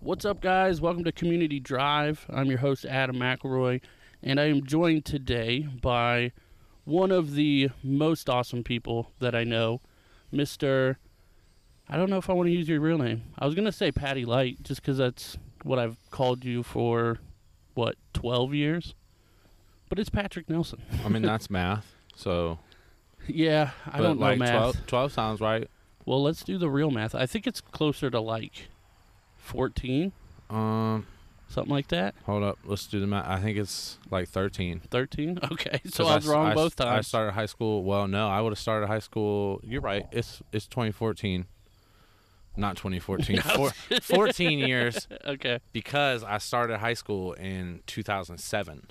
What's up, guys? Welcome to Community Drive. I'm your host, Adam McElroy, and I am joined today by one of the most awesome people that I know, Mr. I don't know if I want to use your real name. I was going to say Patty Light just because that's what I've called you for, what, 12 years? But it's Patrick Nelson. I mean, that's math. So, yeah, I but don't like know math. 12, 12 sounds right. Well, let's do the real math. I think it's closer to like 14, Um, something like that. hold up. Let's do the math. I think it's like 13. 13? Okay, 'Cause so I was s- wrong s- both I times. started high school. Well, no, I would have started high school. You're right. It's it's 2014. Not 2014. Four, 14 years okay, because I started high school in 2007.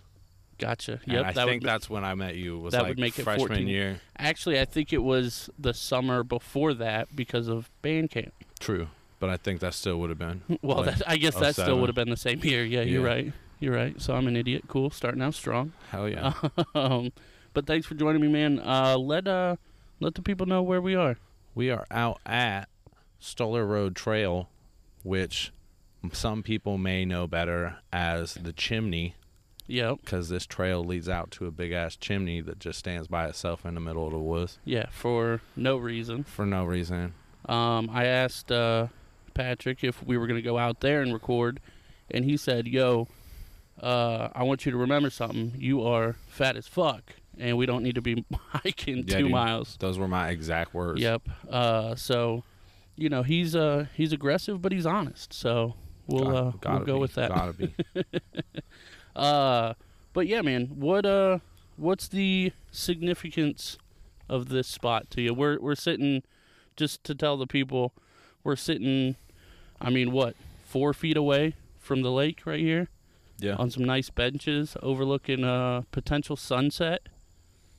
gotcha. And Yep, I that think would be- that's when I met you. Was that like would make it freshman 14. year. actually I think it was the summer before that because of band camp. True, but I think that still would have been. Well, Like, that, I guess that still 07. would have been the same year. Yeah, you're Yeah. right. You're right. So I'm an idiot. Cool, starting out strong. Hell yeah. um, but thanks for joining me, man. Uh, let uh, let the people know where we are. We are out at Stoller Road Trail, which some people may know better as the chimney, Yep. because this trail leads out to a big ass chimney that just stands by itself in the middle of the woods Yeah, for no reason. for no reason. Um, I asked uh, Patrick if we were going to go out there and record, and he said, "Yo, uh, I want you to remember something. You are fat as fuck, and we don't need to be hiking Yeah, two dude. miles." Those were my exact words. Yep. Uh, so, you know, he's uh, he's aggressive, but he's honest. So we'll Got- uh, gotta we'll go be, with that. Gotta be. Uh, but yeah, man, what uh, what's the significance of this spot to you? We're we're sitting, just to tell the people, we're sitting. I mean, what four feet away from the lake right here Yeah. on some nice benches overlooking a potential sunset.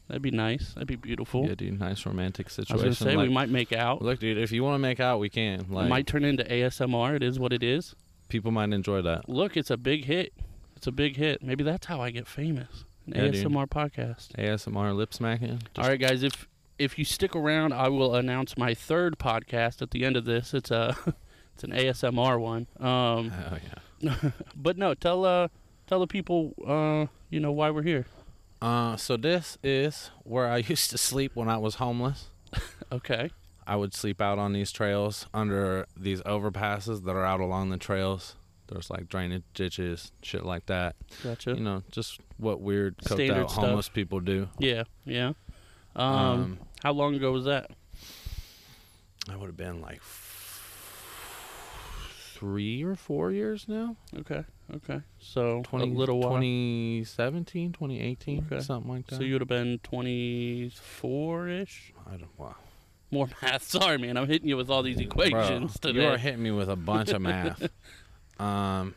That'd be nice. That'd be beautiful. Yeah, dude. Nice romantic I situation. was gonna say like, we might make out. Look, dude. If you want to make out, we can. Like it might turn into ASMR. It is what it is. people might enjoy that. Look, it's a big hit. It's a big hit. Maybe that's how I get famous. An Yeah, dude. ASMR podcast. ASMR lip smacking. Just- All right, guys. If if you stick around, I will announce my third podcast at the end of this. It's a it's an ASMR one. Um, Hell yeah. but no, tell uh tell the people uh you know why we're here. Uh, so this is where I used to sleep when I was homeless. Okay. I would sleep out on these trails under these overpasses that are out along the trails. There's like drainage ditches, shit like that. Gotcha. You know, just what weird coked Standard out stuff. homeless people do. Yeah. Yeah. Um, Um, how long ago was that? That would have been like f- three or four years now. Okay. Okay. So 20, a little while. 2017, 2018, Okay. something like that. so you would have been 24 ish. I don't, wow. More math. Sorry, man. I'm hitting you with all these equations Bro, today. You are hitting me with a bunch of math. Um,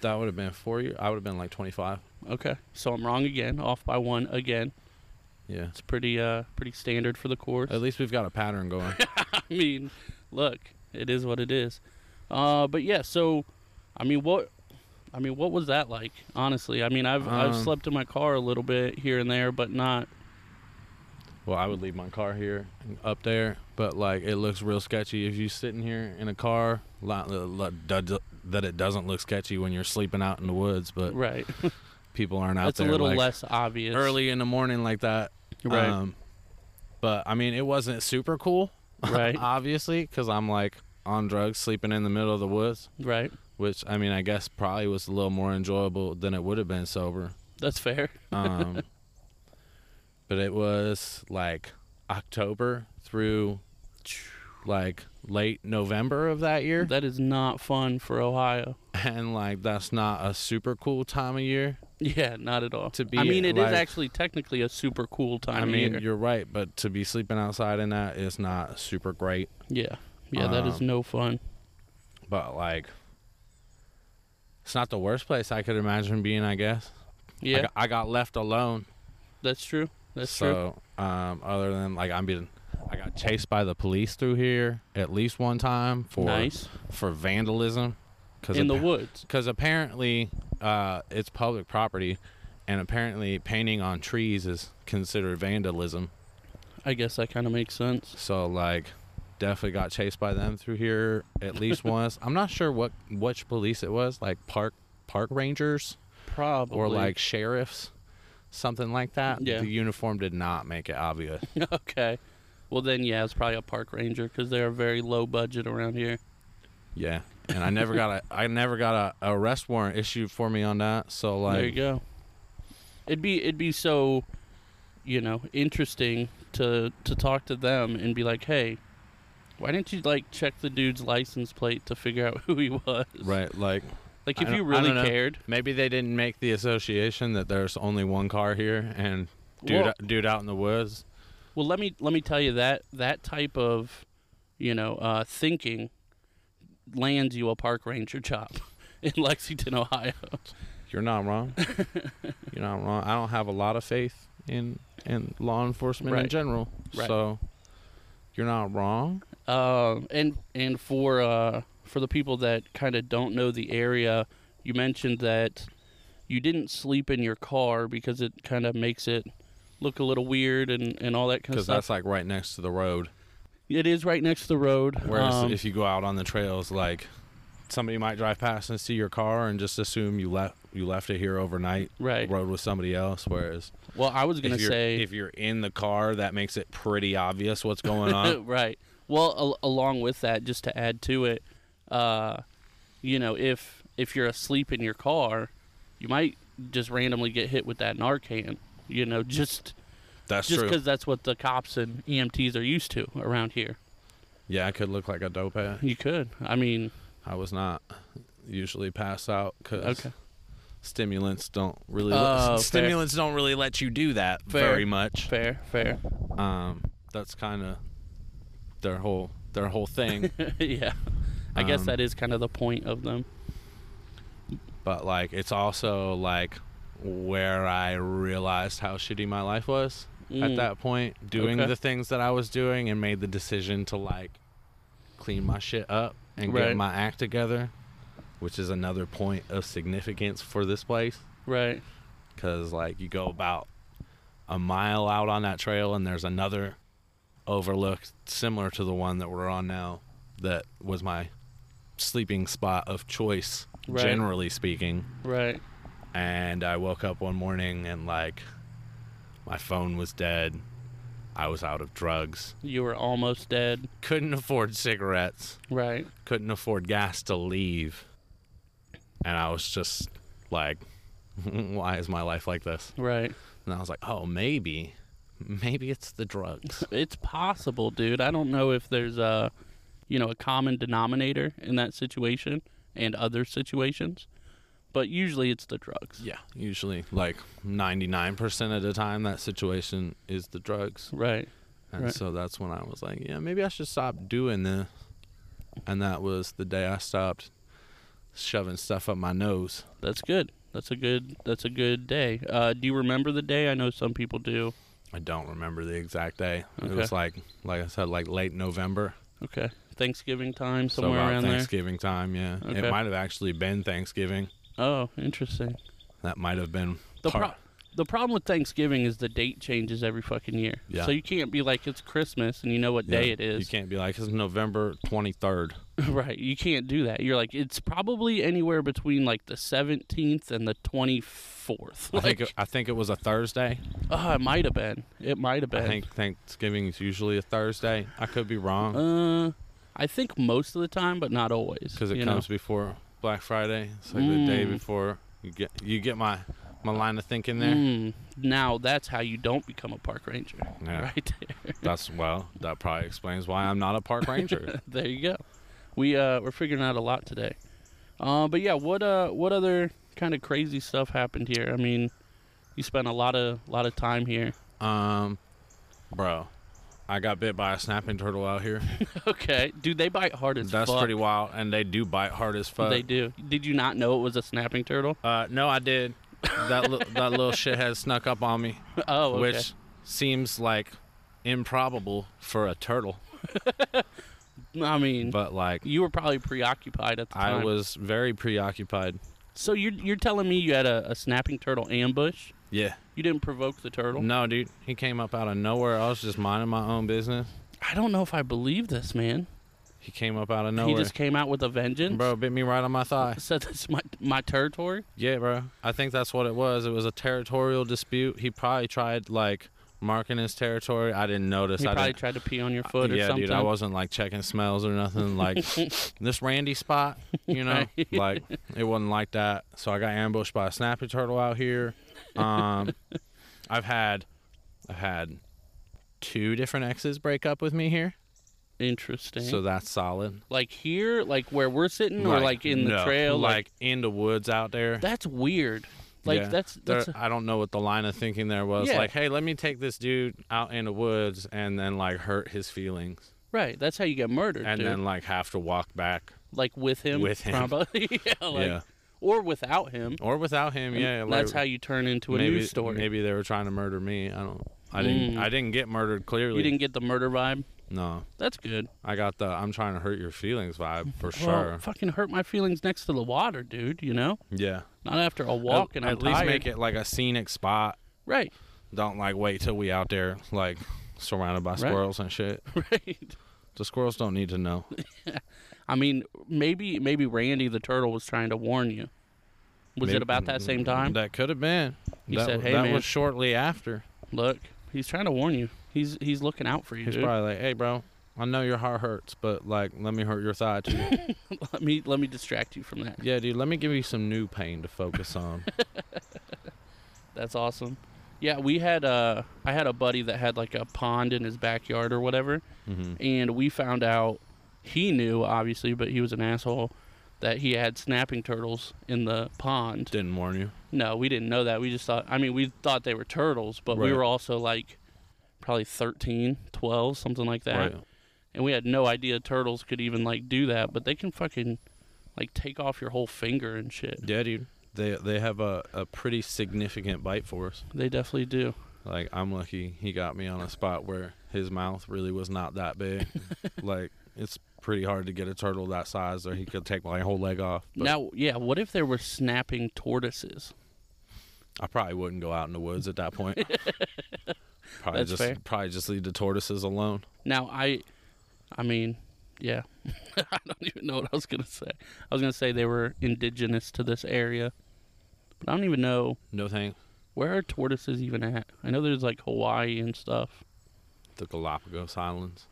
that would have been four years. I would have been like 25. okay. So I'm wrong again. Off by one again. Yeah. It's pretty uh pretty standard for the course. At least we've got a pattern going. I mean, look, it is what it is. Uh, but yeah, so I mean, what I mean, what was that like? Honestly, I mean, I've I've Um, slept in my car a little bit here and there, but not. well, I would leave my car here and up there, but like it looks real sketchy if you sitting here in a car. Lot, lot- does- that it doesn't look sketchy when you're sleeping out in the woods, but Right. people aren't out That's a there little like, less obvious. early in the morning like that. Right. Um, but I mean, it wasn't super cool, Right. obviously, because I'm like on drugs, sleeping in the middle of the woods. right. which I mean, I guess probably was a little more enjoyable than it would have been sober. That's fair. Um, but it was like October through like late November of that year, That is not fun for Ohio. and like that's not a super cool time of year. Yeah, not at all. To be, I mean, it is like- actually technically a super cool time. I of mean, year. you're right, but to be sleeping outside in that is not super great. yeah, yeah, that is um, no fun. But like, it's not the worst place I could imagine being. I guess. Yeah, I got, I got left alone. that's true. That's true. so, um, other than like I'm being, I got chased by the police through here at least one time for Nice for vandalism, because in the woods. because apparently uh, it's public property, and apparently painting on trees is considered vandalism. I guess that kind of makes sense. So like, definitely got chased by them through here at least once. I'm not sure what which police it was, like park park rangers Probably. or like sheriffs, something like that. Yeah. The uniform did not make it obvious. okay. Well, then, yeah, it's probably a park ranger because they are very low budget around here. yeah. And I never got a I never got a arrest warrant issued for me on that. So like there you go. It'd be it'd be so, you know, interesting to to talk to them and be like, hey, why didn't you like check the dude's license plate to figure out who he was? right, like Like I if you don't- I really don't know. cared. maybe they didn't make the association that there's only one car here and dude Well- dude out in the woods. Well, let me let me tell you that that type of, you know, uh, thinking lands you a park ranger job in Lexington, Ohio. You're not wrong. You're not wrong. I don't have a lot of faith in in law enforcement in Right. general. Right. So you're not wrong. Um, and and for uh, for the people that kind of don't know the area, you mentioned that you didn't sleep in your car because it kind of makes it look a little weird and, and all that kind of Because stuff. that's like right next to the road. It is right next to the road. Whereas um, if you go out on the trails, like somebody might drive past and see your car and just assume you left you left it here overnight, right. rode with somebody else. Whereas Well, I was gonna if you're say if you're in the car, that makes it pretty obvious what's going on. right. Well, al- along with that, just to add to it, uh, you know, if if you're asleep in your car, you might just randomly get hit with that Narcan. You know, just That's just true. because that's what the cops and EMTs are used to around here. Yeah, I could look like a dope hat. You could. I mean, I was not usually pass out because Okay. stimulants don't really Oh, fair. let, stimulants don't really let you do that Fair. very much. fair, fair. Um, that's kind of their whole their whole thing. yeah. I guess Um, that is kind of the point of them. but like, it's also like where I realized how shitty my life was Mm. at that point, doing Okay. the things that I was doing, and made the decision to like clean my shit up and Right. get my act together, which is another point of significance for this place. Right. because like you go about a mile out on that trail and there's another overlook similar to the one that we're on now that was my sleeping spot of choice Right. generally speaking Right. and i woke up one morning and like my phone was dead i was out of drugs You were almost dead. couldn't afford cigarettes Right. couldn't afford gas to leave and i was just like why is my life like this Right. and I was like, oh, maybe, maybe it's the drugs. It's possible, dude. I don't know if there's a, you know, a common denominator in that situation and other situations, but usually it's the drugs. yeah. Usually, like 99% of the time, that situation is the drugs. Right. And Right. so that's when I was like, yeah, maybe I should stop doing this. And that was the day I stopped shoving stuff up my nose. That's good. That's a good. That's a good day. Uh, do you remember the day? I know some people do. I don't remember the exact day. Okay. It was like, like I said, like late November. Okay. Thanksgiving time, So somewhere about around there. Thanksgiving time, yeah. Okay. It might have actually been Thanksgiving. Oh, interesting. That might have been The part- pro- the problem with Thanksgiving is the date changes every fucking year. Yeah. So you can't be like it's Christmas and you know what yeah. day it is. You can't be like, it's November 23rd. Right. You can't do that. You're like, it's probably anywhere between like the 17th and the 24th. I Like, think I think it was a Thursday. oh, it might have been. It might have been. I think um, Thanksgiving is usually a Thursday. I could be wrong uh, I think most of the time, but not always. because it you comes before Black Friday. It's like the day Mm. before. You get you get my my line of thinking know? there. Mm, now that's how you don't become a park ranger. Yeah. Right there. That's well. That probably explains why I'm not a park ranger. there you go. We uh, we're figuring out a lot today. Uh, but yeah, what uh, what other kind of crazy stuff happened here? I mean, you spent a lot of lot of time here. um, bro, I got bit by a snapping turtle out here. okay, dude, they bite hard as That's fuck. pretty wild, and they do bite hard as fuck. they do. Did you not know it was a snapping turtle? Uh, no, I did. That li- that little shit has snuck up on me, Oh, okay. which seems like improbable for a turtle, I mean, but like. you were probably preoccupied at the time. I was very preoccupied. So you're you're telling me you had a, a snapping turtle ambush? Yeah. You didn't provoke the turtle? No, dude. He came up out of nowhere. I was just minding my own business. I don't know if I believe this, man. He came up out of nowhere. He just came out with a vengeance. bro bit me right on my thigh. Said this is my my territory. Yeah, bro. I think that's what it was. It was a territorial dispute. He probably tried like marking his territory. I didn't notice. He I probably didn't. tried to pee on your foot or Uh, yeah, something. dude. I wasn't like checking smells or nothing. Like this Randy spot, you know, like it wasn't like that. So I got ambushed by a snappy turtle out here. Um, I've had, I've had two different exes break up with me here. Interesting. So that's solid. like here, like where we're sitting, or like in the no, trail, like, in the woods out there. that's weird. Like Yeah. that's There- that's. a- I don't know what the line of thinking there was. Yeah. Like, hey, let me take this dude out in the woods and then like hurt his feelings, Right, that's how you get murdered, and dude. then like have to walk back. like with him, with him. probably, yeah, like, Yeah. or without him. Or without him, yeah. Like, that's how you turn into a maybe, news story. Maybe they were trying to murder me. I don't. I didn't. Mm. I didn't get murdered. Clearly, you didn't get the murder vibe. No, That's good. I got the "I'm trying to hurt your feelings" vibe for Well, sure. fucking hurt my feelings next to the water, dude. You know, Yeah. not after a walk at, and I'm at least tired. make it like a scenic spot. Right, Don't like wait till we out there like surrounded by squirrels and shit. right. The squirrels don't need to know. I mean, maybe maybe Randy the turtle was trying to warn you. Was Maybe- it about that same time? That could have been. He that said, "Hey, that man." was shortly after. Look, he's trying to warn you. He's he's looking out for you, He's dude. probably like, "Hey, bro, I know your heart hurts, but like, let me hurt your thigh too. let me let me distract you from that. yeah, dude, let me give you some new pain to focus on. That's awesome. Yeah, we had uh I had a buddy that had like a pond in his backyard or whatever, hmm and we found out he knew obviously, but he was an asshole that he had snapping turtles in the pond. Didn't warn you. No, we didn't know that. We just thought I mean, we thought they were turtles, but we Right. were also like probably 13, 12, something like that. Right. And we had no idea turtles could even like do that, but they can fucking like take off your whole finger and shit. Yeah, dude. They they have a, a pretty significant bite force. They definitely do. Like I'm lucky he got me on a spot where his mouth really was not that big. like it's pretty hard to get a turtle that size or he could take my whole leg off. But now, yeah, what if there were snapping tortoises? I probably wouldn't go out in the woods at that point. probably That's just fair. probably just leave the tortoises alone. Now, I, I mean, yeah, I don't even know what I was gonna say. I was gonna say they were indigenous to this area, but I don't even know No thanks. where are tortoises even at. I know there's like Hawaii and stuff. The Galapagos Islands.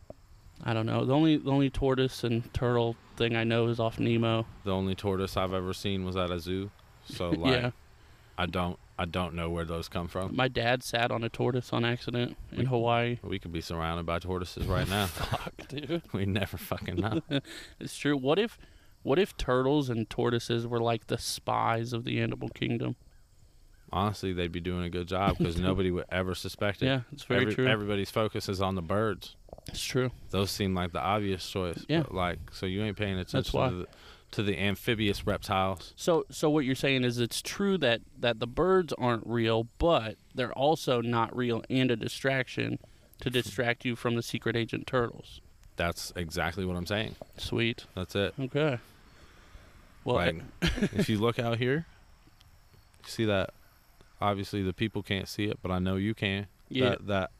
I don't know. The only the only tortoise and turtle thing I know is off Nemo. The only tortoise I've ever seen was at a zoo. So like yeah, I don't I don't know where those come from. my dad sat on a tortoise on accident in Hawaii. We could be surrounded by tortoises right now. Fuck, dude. we never fucking know. It's true. What if, what if turtles and tortoises were like the spies of the animal kingdom? honestly, they'd be doing a good job because nobody would ever suspect it. Yeah, it's very Every- true. Everybody's focus is on the birds. it's true. Those seem like the obvious choice. Yeah. but, like, so you ain't paying attention why. to the, to the amphibious reptiles. So, so what you're saying is it's true that that the birds aren't real, but they're also not real and a distraction to distract you from the secret agent turtles. That's exactly what I'm saying. Sweet. That's it. Okay. Well, eh. like, if you look out here, you see that. Obviously, the people can't see it, but I know you can. Yeah. That, that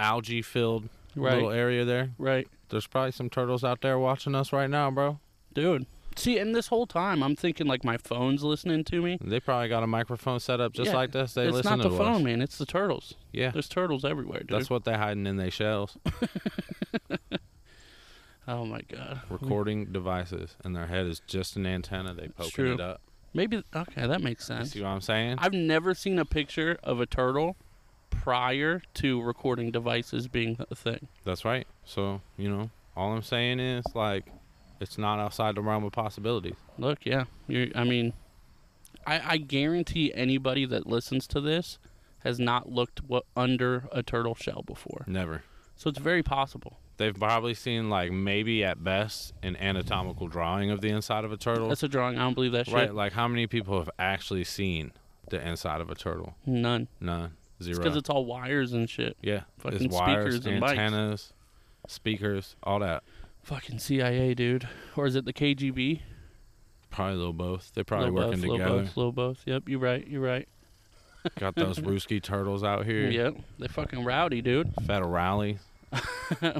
algae-filled Right. little area there. right, There's probably some turtles out there watching us right now, bro. dude. See, and this whole time I'm thinking like my phone's listening to me. They probably got a microphone set up just Yeah, like this. They it's listen not to the us. phone, man. It's the turtles. Yeah, There's turtles everywhere, dude. that's what they're hiding in their shells. oh my god. Recording devices, and their head is just an antenna. They poking true. it up. Maybe okay, that makes You sense. see what I'm saying? I've never seen a picture of a turtle prior to recording devices being a thing. that's right. So you know, all I'm saying is like, it's not outside the realm of possibilities. Look, yeah, you're, I mean, I, I guarantee anybody that listens to this has not looked what, under a turtle shell before, Never. so it's very possible. They've probably seen like maybe at best an anatomical drawing of the inside of a turtle. That's a drawing. I don't believe that shit. right. Like how many people have actually seen the inside of a turtle? None. None. Zero. It's because it's all wires and shit. yeah. fucking it's wires, speakers and mics. antennas, speakers, all that. Fucking CIA, dude, or is it the KGB? Probably a little both. They're probably Lil working both, Lil together. both, Lil both. Yep, you're right. You're right. Got those Ruski turtles out here. Yep, they fucking rowdy, dude. Federale.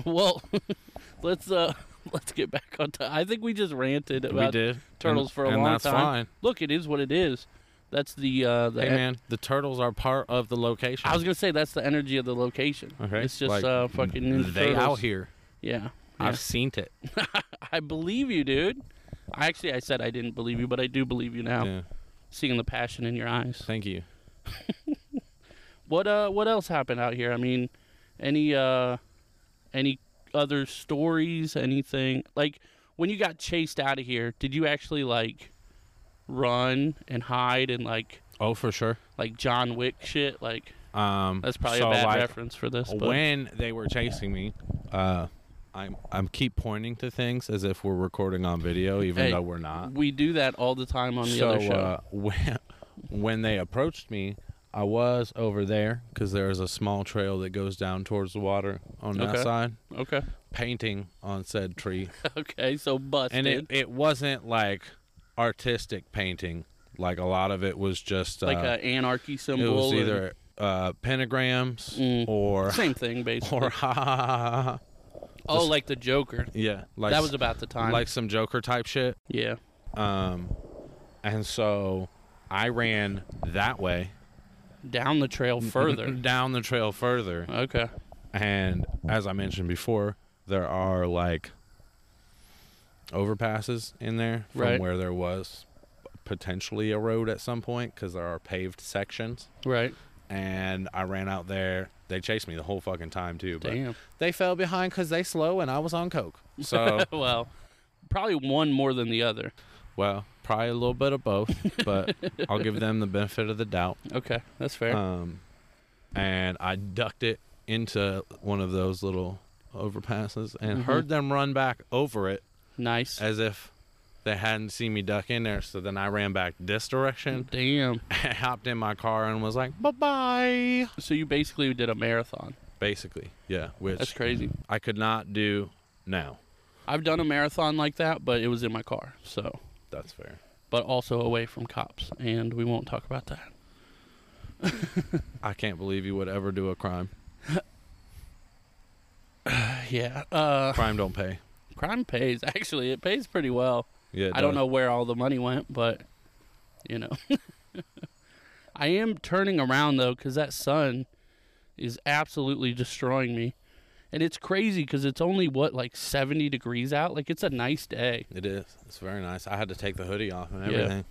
well, let's uh let's get back on time. I think we just ranted we about did turtles and, for a and long that's time. Look, it is what it is. That's the uh the fine. en- Hey man, the turtles are part of the location. I was gonna say that's the energy of the location. Okay, It's just like, uh fucking Ninja they out Turtles. here. Yeah. yeah. I've seen it. I believe you, dude. I actually I said I didn't believe you, but I do believe you now. Yeah. Seeing the passion in your eyes. Thank you. What uh what else happened out here? I mean, any uh any other stories, anything? Like when you got chased out of here, did you actually like run and hide and like Oh, for sure. like John Wick shit? Like Um, that's probably so, a bad like, reference for this. But when they were chasing me, uh, I'm I'm keep pointing to things as if we're recording on video, even Hey, though we're not. we do that all the time on the uh, so other show. Uh, when when they approached me, I was over there because there is a small trail that goes down towards the water on Okay. that side, okay. painting on said tree, Okay, so busted. and it it wasn't like artistic painting. Like a lot of it was just uh, like a anarchy it symbol. was and- either uh, pentagrams Mm. or same thing basically. or ha ha ha ha ha. oh, like the Joker. Yeah, like that was about the time. like some Joker type shit. yeah. Um, and so I ran that way Down the trail Mm-hmm. further. down the trail further, okay. and as I mentioned before, there are like overpasses in there from Right. where there was potentially a road at some point because there are paved sections. Right. And I ran out there. They chased me the whole fucking time too, but Damn. they fell behind because they slow and I was on coke. So well, probably one more than the other. well, probably a little bit of both, but I'll give them the benefit of the doubt. Okay, that's fair. Um, and I ducked it into one of those little overpasses and Mhm. heard them run back over it nice. as if they hadn't seen me duck in there. So then I ran back this direction, Damn. and hopped in my car, and was like, "Bye bye." So you basically did a marathon. Basically, yeah, That's which crazy. I could not do now. I've done a marathon like that, but it was in my car. So, That's fair. but also away from cops, and we won't talk about that. I can't believe you would ever do a crime. Yeah. Uh, Crime don't pay. crime pays. Actually, it pays pretty well. Yeah, it I don't does. know where all the money went, but you know. I am turning around though cuz that sun is absolutely destroying me. And it's crazy cuz it's only what like 70 degrees out. Like it's a nice day. It is. It's very nice. I had to take the hoodie off and Yeah. everything.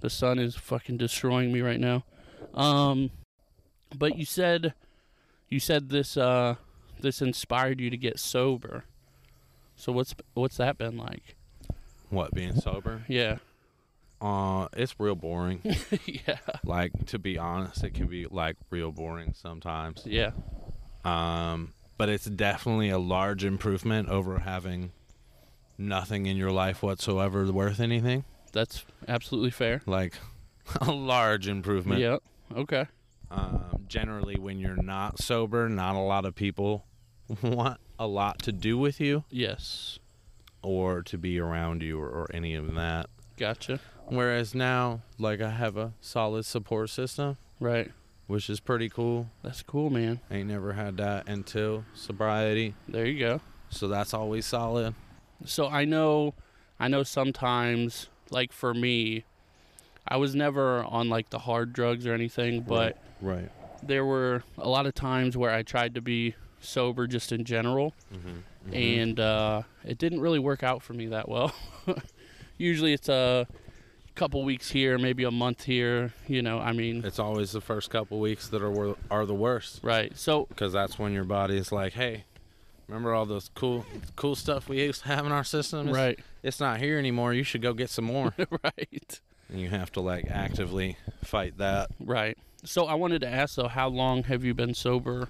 The sun is fucking destroying me right now. Um but you said you said this uh this inspired you to get sober. So what's what's that been like? What being sober? Yeah. Uh, it's real boring. yeah. like to be honest it can be like real boring sometimes Yeah. um but it's definitely a large improvement over having nothing in your life whatsoever worth anything That's absolutely fair. like a large improvement Yeah. Okay. um, generally when you're not sober not a lot of people want a lot to do with you Yes. or to be around you or, or any of that Gotcha. whereas now like i have a solid support system Right. which is pretty cool That's cool, man. ain't never had that until sobriety There you go. So that's always solid. So I know I know sometimes like for me I was never on like the hard drugs or anything, but Right. there were a lot of times where I tried to be sober just in general Mm-hmm. and uh, it didn't really work out for me that well. Usually it's a couple weeks here, maybe a month here, you know, I mean, It's always the first couple weeks that are wor- are the worst right. So because that's when your body is like, hey, remember all those cool cool stuff we used to have in our system? It's- right, It's not here anymore. You should go get some more. right. and you have to like actively fight that. Right. So I wanted to ask though, how long have you been sober?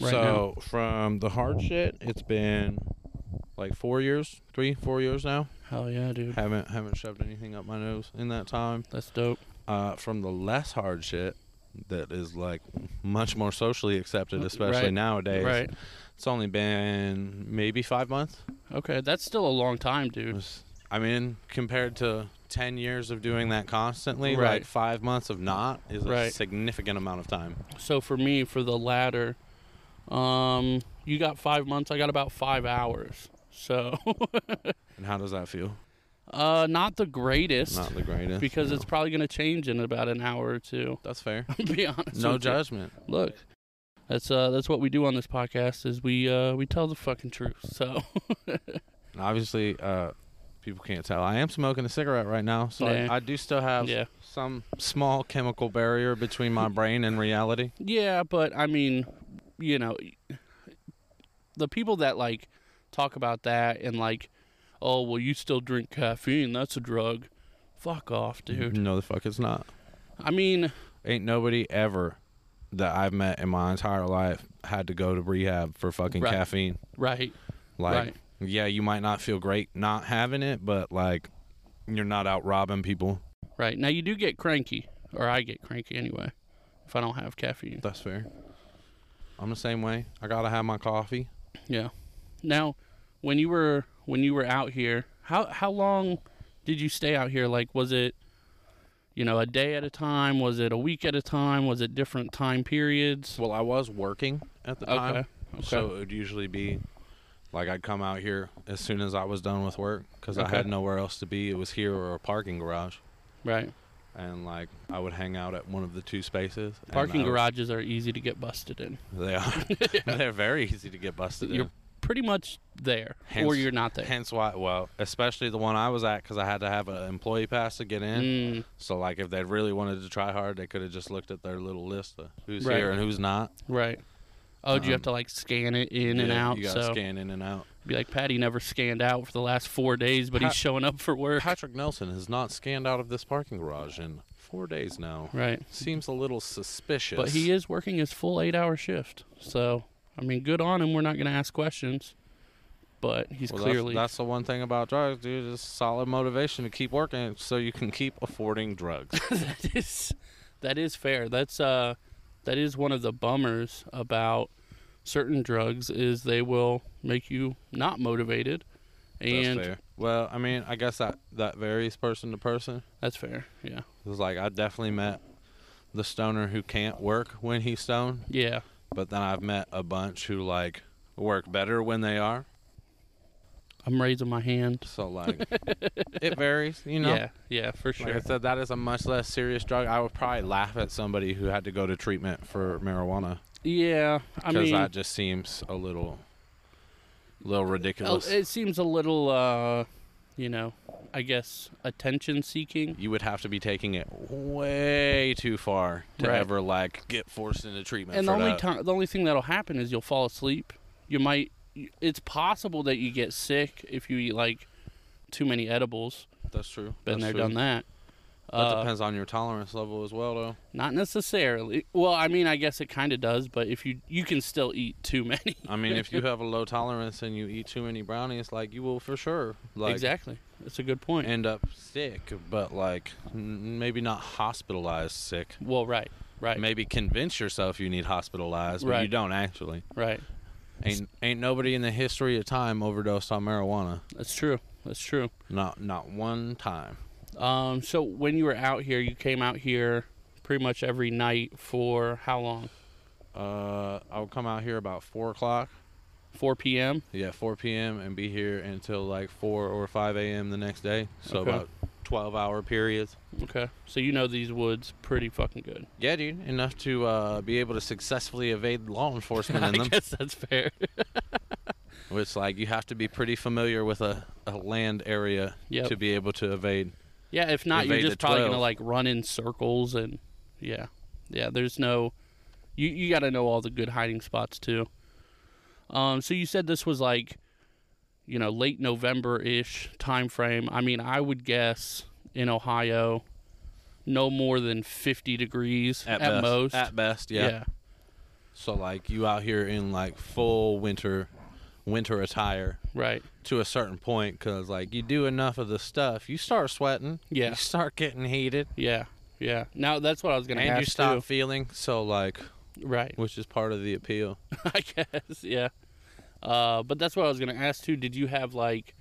Right so from the hard shit, it's been like four years, three, four years now. Hell yeah, dude. Haven't haven't shoved anything up my nose in that time. That's dope. uh, from the less hard shit that is like much more socially accepted, especially Right. nowadays. Right. It's only been maybe five months. Okay, that's still a long time, It dude. was- I mean, compared to ten years of doing that constantly, Right. like five months of not is a Right. significant amount of time. So for me, for the latter, Um, you got five months. I got about five hours. So, And how does that feel? uh, not the greatest Not the greatest. because no. it's probably going to change in about an hour or two. that's fair. be honest. No with you. judgment. Look, that's uh, that's what we do on this podcast is we uh, we tell the fucking truth. So, And obviously, uh, people can't tell. I am smoking a cigarette right now, so Yeah. I, I do still have yeah, some small chemical barrier between my brain and reality. yeah. But I mean, you know, the people that like talk about that and like, oh well, you still drink caffeine? That's a drug. Fuck off, dude. No, the fuck it's not. I mean, Ain't nobody ever that I've met in my entire life had to go to rehab for fucking Right. caffeine. right? Like, Right. yeah, you might not feel great not having it, but like, you're not out robbing people. Right. Now you do get cranky, or I get cranky anyway, if I don't have caffeine. That's fair. I'm the same way. I gotta have my coffee. Yeah. Now, when you were when you were out here, how how long did you stay out here? Like was it you know, a day at a time? Was it a week at a time? Was it different time periods? Well, I was working at the time, Okay. Okay. so it would usually be like I'd come out here as soon as I was done with work because I Okay. had nowhere else to be. It was here or a parking garage, right. and like I would hang out at one of the two spaces. and Parking I would- garages are easy to get busted in. They are. They're very easy to get busted. You're in. pretty much there or Hence- you're not there. Hence why, well, especially the one I was at, because I had to have an employee pass to get in. Mm, So, like, if they really wanted to try hard, they could have just looked at their little list of who's Right. here and who's not. right. Oh, do you have Um, to like scan it in and Yeah, out? You gotta so scan in and out. be like Patty never scanned out for the last four days, but Pa- he's showing up for work. Patrick Nelson has not scanned out of this parking garage in four days now. right. Seems a little suspicious. But he is working his full eight hour shift. So, I mean, good on him. We're not going to ask questions. But he's Well, that's- clearly. That's, the one thing about drugs, dude. Is solid motivation to keep working so you can keep affording drugs. that, is, that is fair. That's, uh, that is one of the bummers about certain drugs is they will make you not motivated. And that's fair. Well, I mean, I guess that that varies person to person. that's fair. Yeah. It's like I definitely met the stoner who can't work when he's stoned, Yeah. but then I've met a bunch who like work better when they are. I'm raising my hand. So like, it varies, you know. Yeah. Yeah, for sure. Like I said, that is a much less serious drug. I would probably laugh at somebody who had to go to treatment for marijuana yeah. I because mean, that just seems a little, little Oh, ridiculous. it seems a little, uh, you know, I guess attention seeking. you would have to be taking it way too far to Right. ever like get forced into treatment. and the for only that. time the only thing that'll happen is you'll fall asleep you might it's possible that you get sick if you eat like too many edibles that's true. been that's there true. done that That Uh, depends on your tolerance level as well, though. not necessarily well i mean i guess it kind of does but if you you can still eat too many I mean, if you have a low tolerance and you eat too many brownies, like you will for sure, like exactly that's a good point end up sick, but like n- maybe not hospitalized sick. well right right Maybe convince yourself you need hospitalized, but you Right. don't actually. right Ain't ain't nobody in the history of time overdosed on marijuana. that's true that's true Not not one time. um so when you were out here you came out here pretty much every night for how long Uh, I would come out here about four o'clock. 4 p.m Yeah, four p.m. and be here until like four or five a.m. the next day. So Okay. about twelve-hour periods. okay so you know these woods pretty fucking good Yeah, dude, enough to uh, be able to successfully evade law enforcement in i them. guess that's fair Which, like, you have to be pretty familiar with a, a land area Yep. to be able to evade. Yeah, if not, you're Invade the just probably gonna 12. like run in circles and yeah, yeah. There's no, you you got to know all the good hiding spots too. Um, so you said this was like, you know, late November ish time frame. I mean, I would guess in Ohio, no more than 50 degrees at, best, most. At best, yeah. So, like, you out here in like full winter, winter attire right. to a certain point, because like you do enough of the stuff, you start sweating. Yeah. You start getting heated, Yeah, yeah. Now that's what I was gonna and you ask stop feeling. So, like, too. Right. which is part of the appeal. I guess, yeah. Uh, but that's what I was gonna ask too. Did you have like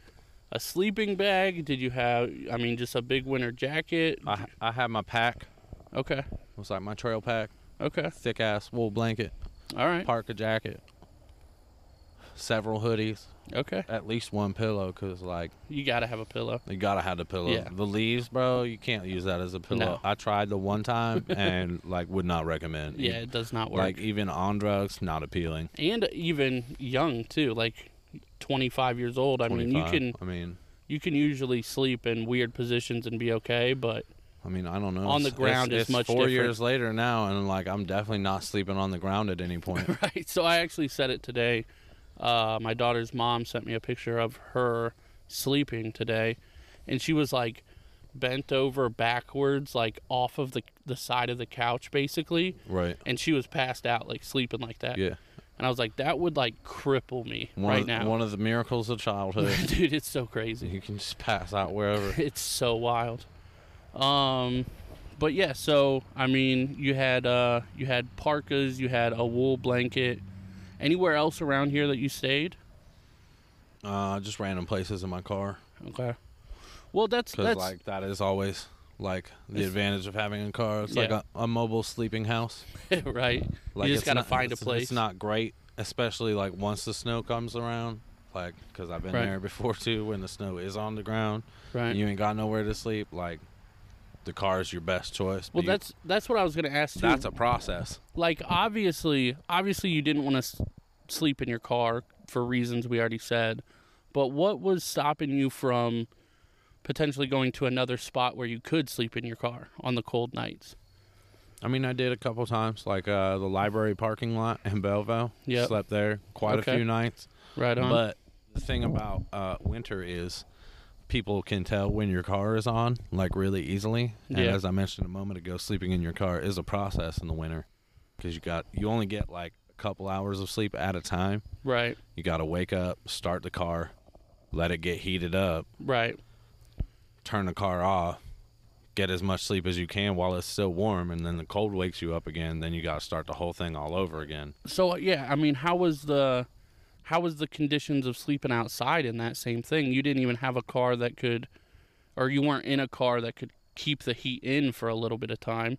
a sleeping bag? Did you have, I mean, just a big winter jacket? I I had my pack. okay, It was like my trail pack, okay, thick ass wool blanket, all right, parka jacket. several hoodies, Okay. at least one pillow, cause like You got to have a pillow. you gotta have the pillow. Yeah. The leaves, bro, you can't use that as a pillow. No. I tried the one time and like would not recommend. Yeah, it does not work. Like even on drugs, not appealing. and even young too, like 25 years old. I mean, you 25. can I mean, you can usually sleep in weird positions and be okay, but I mean, I don't know. On the It's- ground is it's, it's much four different. years later now, and like I'm definitely not sleeping on the ground at any point. right. So I actually said it today. Uh, my daughter's mom sent me a picture of her sleeping today, and she was like bent over backwards, like off of the the side of the couch, basically, right. and she was passed out, like sleeping like that. Yeah. And I was like, that would like cripple me One right of, now, One of the miracles of childhood. dude. It's so crazy. you can just pass out wherever. it's so wild. Um, but yeah, so I mean, you had uh, you had parkas, you had a wool blanket. Anywhere else around here that you stayed? Uh, just random places in my car. Okay. Well, that's Because that's like that is always like the It's- advantage of having a car. It's like Yeah. a, a mobile sleeping house. right. Like you just it's gotta not- find a it's- place. It's not great, especially like once the snow comes around. Like because I've been Right. there before too. When the snow is on the ground, right. and you ain't got nowhere to sleep. Like the car is your best choice. well, but you- that's that's what I was gonna ask too. that's a process. like obviously, obviously you didn't want to s- sleep in your car for reasons we already said, but what was stopping you from potentially going to another spot where you could sleep in your car on the cold nights? I mean, I did a couple times, like uh, the library parking lot in Belleville. Yep. slept there quite Okay. a few nights. Right on. But the thing about uh, winter is people can tell when your car is on, like really easily. And Yeah. as I mentioned a moment ago, sleeping in your car is a process in the winter because you got you only get like a couple hours of sleep at a time. right, You got to wake up, start the car, let it get heated up, right, turn the car off. Get as much sleep as you can while it's still warm, and then the cold wakes you up again. Then you got to start the whole thing all over again. So uh, yeah, I mean, how was the how was the conditions of sleeping outside in that same thing? You didn't even have a car that could, or you weren't in a car that could keep the heat in for a little bit of time.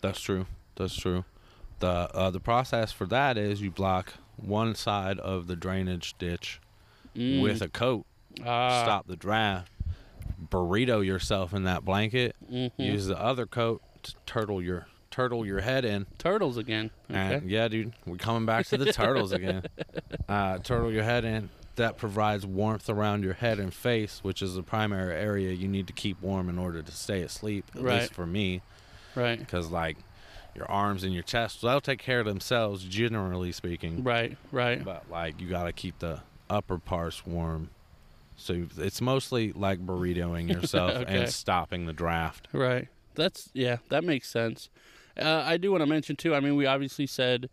That's true. That's true. The uh, the process for that is you block one side of the drainage ditch Mm, with a coat, ah, stop the draft, burrito yourself in that blanket, mhm. use the other coat to turtle your turtle your head in. turtles again. Okay. And yeah, dude, we're coming back to the turtles again. Uh, turtle your head in. That provides warmth around your head and face, which is the primary area you need to keep warm in order to stay asleep. At Right. least for me right, because like your arms and your chest they'll take care of themselves generally speaking right, right, but like you gotta keep the upper parts warm so it's mostly like burritoing yourself Okay. and stopping the draft right. That's yeah, that makes sense. Uh, I do want to mention too. I mean, we obviously said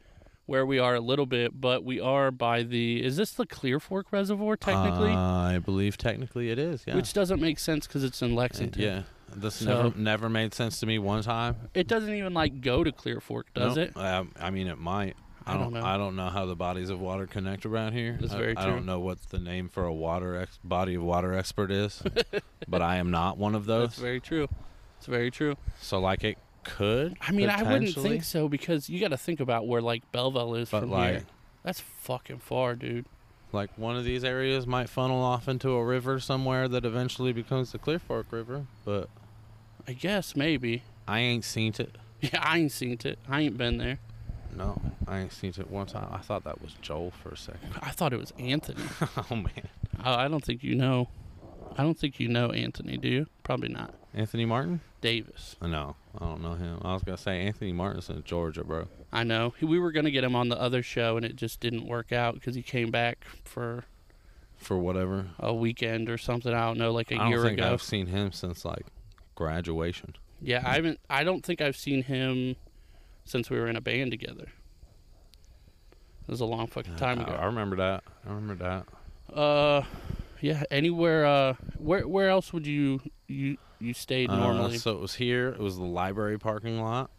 where we are a little bit, but we are by the. Is this the Clear Fork Reservoir technically? Uh, i believe technically it is yeah Which doesn't make sense because it's in Uh, Lexington. yeah this So- never never made sense to me one time It doesn't even like go to Clear Fork, does Nope. it? Um, i mean it might I I don't, don't know. I don't know how the bodies of water connect around here. That's I, very I true. don't know what the name for a water ex- body of water expert is, but I am not one of those. That's very true. It's very true. So like it could. I mean, I wouldn't potentially, think so because you got to think about where like Belleville is But from like, here. That's fucking far, dude. like one of these areas might funnel off into a river somewhere that eventually becomes the Clear Fork River. But I guess maybe. I ain't seen it. Yeah, I ain't seen it. I ain't been there. No, I ain't seen it one time. I thought that was Joel for a second. I thought it was Anthony. oh man, I I don't think you know. I don't think you know Anthony, do you? Probably not. Anthony Martin? Uh, Davis. No, I don't know him. I was gonna say Anthony Martin's in Georgia, bro. I know. He- We were going to get him on the other show and it just didn't work out because he came back for For whatever. a weekend or something. I don't know, like a I don't year think ago. I've seen him since like graduation. Yeah, I haven't. I don't think I've seen him since we were in a band together. It was a long fucking time I, I ago. remember that. I remember that. Uh, yeah. Anywhere? Uh, where where else would you you you stayed Uh, normally? so it was here. It was the library parking lot.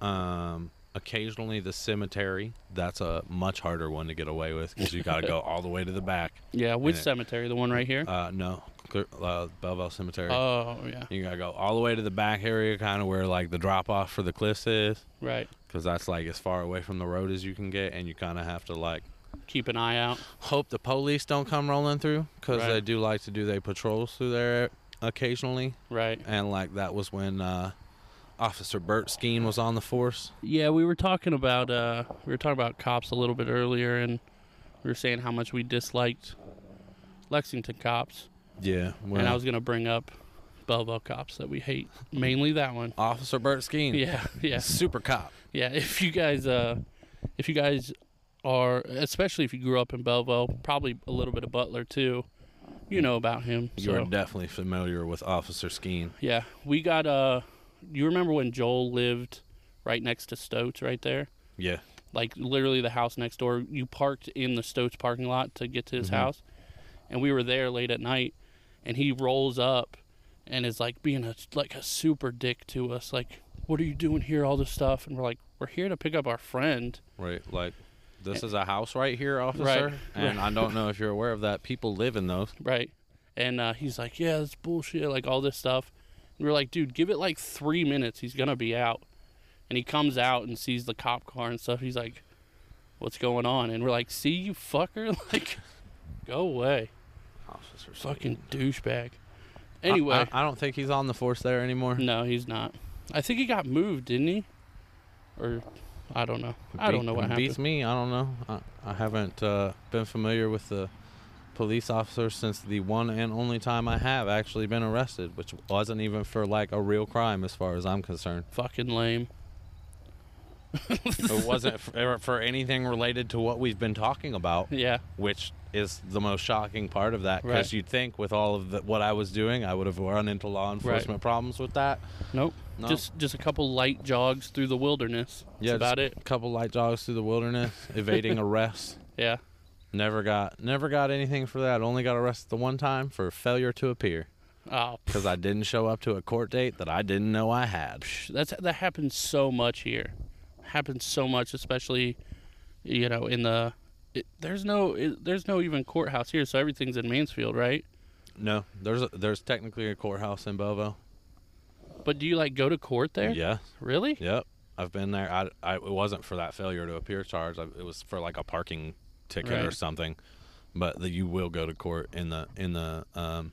Um, occasionally the cemetery. That's a much harder one to get away with because you got to go all the way to the back. yeah, which in it. cemetery? The one right here. Uh, no, Clear- uh, Belleville Cemetery. oh yeah, you got to go all the way to the back area, kind of where like the drop off for the cliffs is, right. because that's like as far away from the road as you can get, and you kind of have to like keep an eye out. Hope the police don't come rolling through because Right. they do like to do their patrols through there occasionally. Right. And like that was when uh, Officer Bert Skeen was on the force. Yeah, we were talking about uh, we were talking about cops a little bit earlier, and we were saying how much we disliked Lexington cops, Yeah. When and I was gonna bring up Belleville cops that we hate, mainly that one. Officer Bert Skeen. Yeah, yeah, Super cop. yeah. If you guys, uh, if you guys are, especially if you grew up in Belleville, probably a little bit of Butler too, you know about him. You are So definitely familiar with Officer Skeen. yeah, we got. Uh, you remember when Joel lived right next to Stoats, right there? Yeah. like literally the house next door. You parked in the Stoats parking lot to get to his house, and we were there late at night. And he rolls up, and is like being a like a super dick to us. Like, what are you doing here? All this stuff, and we're like, we're here to pick up our friend. Right. Like, this is a house right here, officer. Right. And I don't know if you're aware of that. People live in those. right? And uh, he's like, yeah, that's bullshit, like all this stuff. And we're like, dude, give it like three minutes. He's gonna be out. And he comes out and sees the cop car and stuff. He's like, what's going on? And we're like, see you fucker, like, go away, Officer Skeen. fucking douchebag. I- I- Anyway, I, don't think he's on the force there anymore. no, he's not. I think he got moved, didn't he? Or I don't know. I don't Beat- know what happened. Beats me. I don't know. I, I haven't uh, been familiar with the police officer since the one and only time I have actually been arrested, which wasn't even for like a real crime, as far as I'm concerned. Fucking lame. it wasn't for, for anything related to what we've been talking about, Yeah, which is the most shocking part of that. Because Right. you'd think with all of the, what I was doing, I would have run into law enforcement problems with that. nope. No. Just just a couple light jogs through the wilderness. That's just about it. A couple light jogs through the wilderness, evading arrest. Yeah. Never got never got anything for that. Only got arrested the one time for failure to appear Oh, because I didn't show up to a court date that I didn't know I had. that's that happens so much here happens so much especially you know in the it, there's no it, there's no even courthouse here so everything's in mansfield right No, there's a, there's technically a courthouse in Belleville. but do you like go to court there Yeah, really yep. I've been there. I, I it wasn't for that failure to appear charge. I, it was for like a parking ticket or Right. something. But the, you will go to court in the in the um,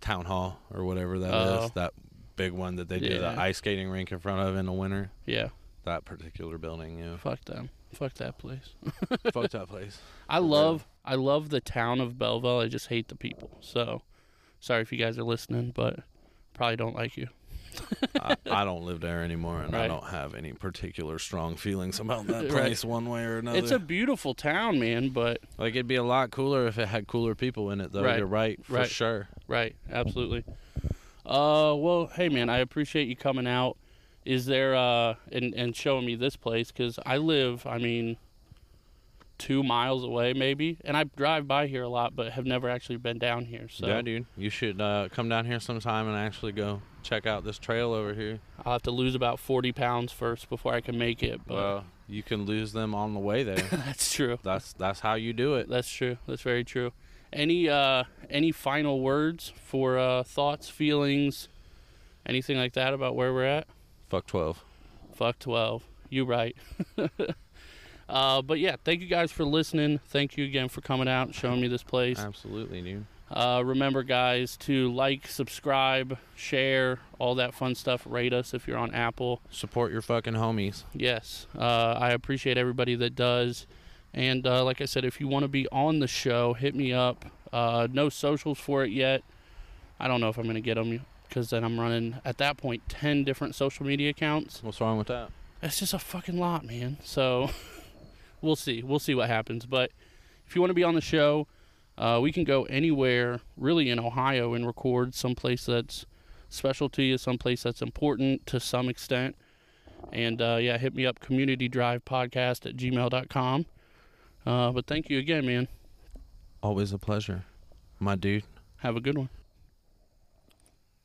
town hall or whatever that is. Oh. That big one that they do Yeah. the ice skating rink in front of in the winter. yeah That particular building. Yeah, fuck them fuck that place fucked up place. i love i love the town of belleville i just hate the people so sorry if you guys are listening but probably don't like you I, I don't live there anymore, and Right. I don't have any particular strong feelings about that Right. place one way or another. it's a beautiful town man but like it'd be a lot cooler if it had cooler people in it, though. Right. You're right, for Right. sure. Right, absolutely. Uh, well, hey man, I appreciate you coming out. Is there uh and and showing me this place because I live, I mean, two miles away maybe, and I drive by here a lot, but have never actually been down here. So Yeah, dude, you should uh, come down here sometime and actually go check out this trail over here. I'll have to lose about forty pounds first before I can make it. But Well, you can lose them on the way there. that's true. that's that's how you do it. That's true. That's very true. Any uh any final words for uh thoughts, feelings, anything like that about where we're at? Fuck twelve. Fuck 12. You right. uh, but yeah, thank you guys for listening. Thank you again for coming out and showing me this place. Absolutely, dude. Uh, remember, guys, to like, subscribe, share, all that fun stuff. Rate us if you're on Apple. Support your fucking homies. Yes, uh, I appreciate everybody that does. And uh, like I said, if you want to be on the show, hit me up. Uh, no socials for it yet. I don't know if I'm going to get them because then I'm running, at that point, 10 different social media accounts. What's wrong with that? That's just a fucking lot, man. So we'll see. We'll see what happens. But if you want to be on the show, uh, we can go anywhere really in Ohio and record someplace that's special to you, someplace that's important to some extent. And uh, yeah, hit me up, community drive podcast at gmail.com. Uh, but thank you again, man. Always a pleasure, my dude. Have a good one.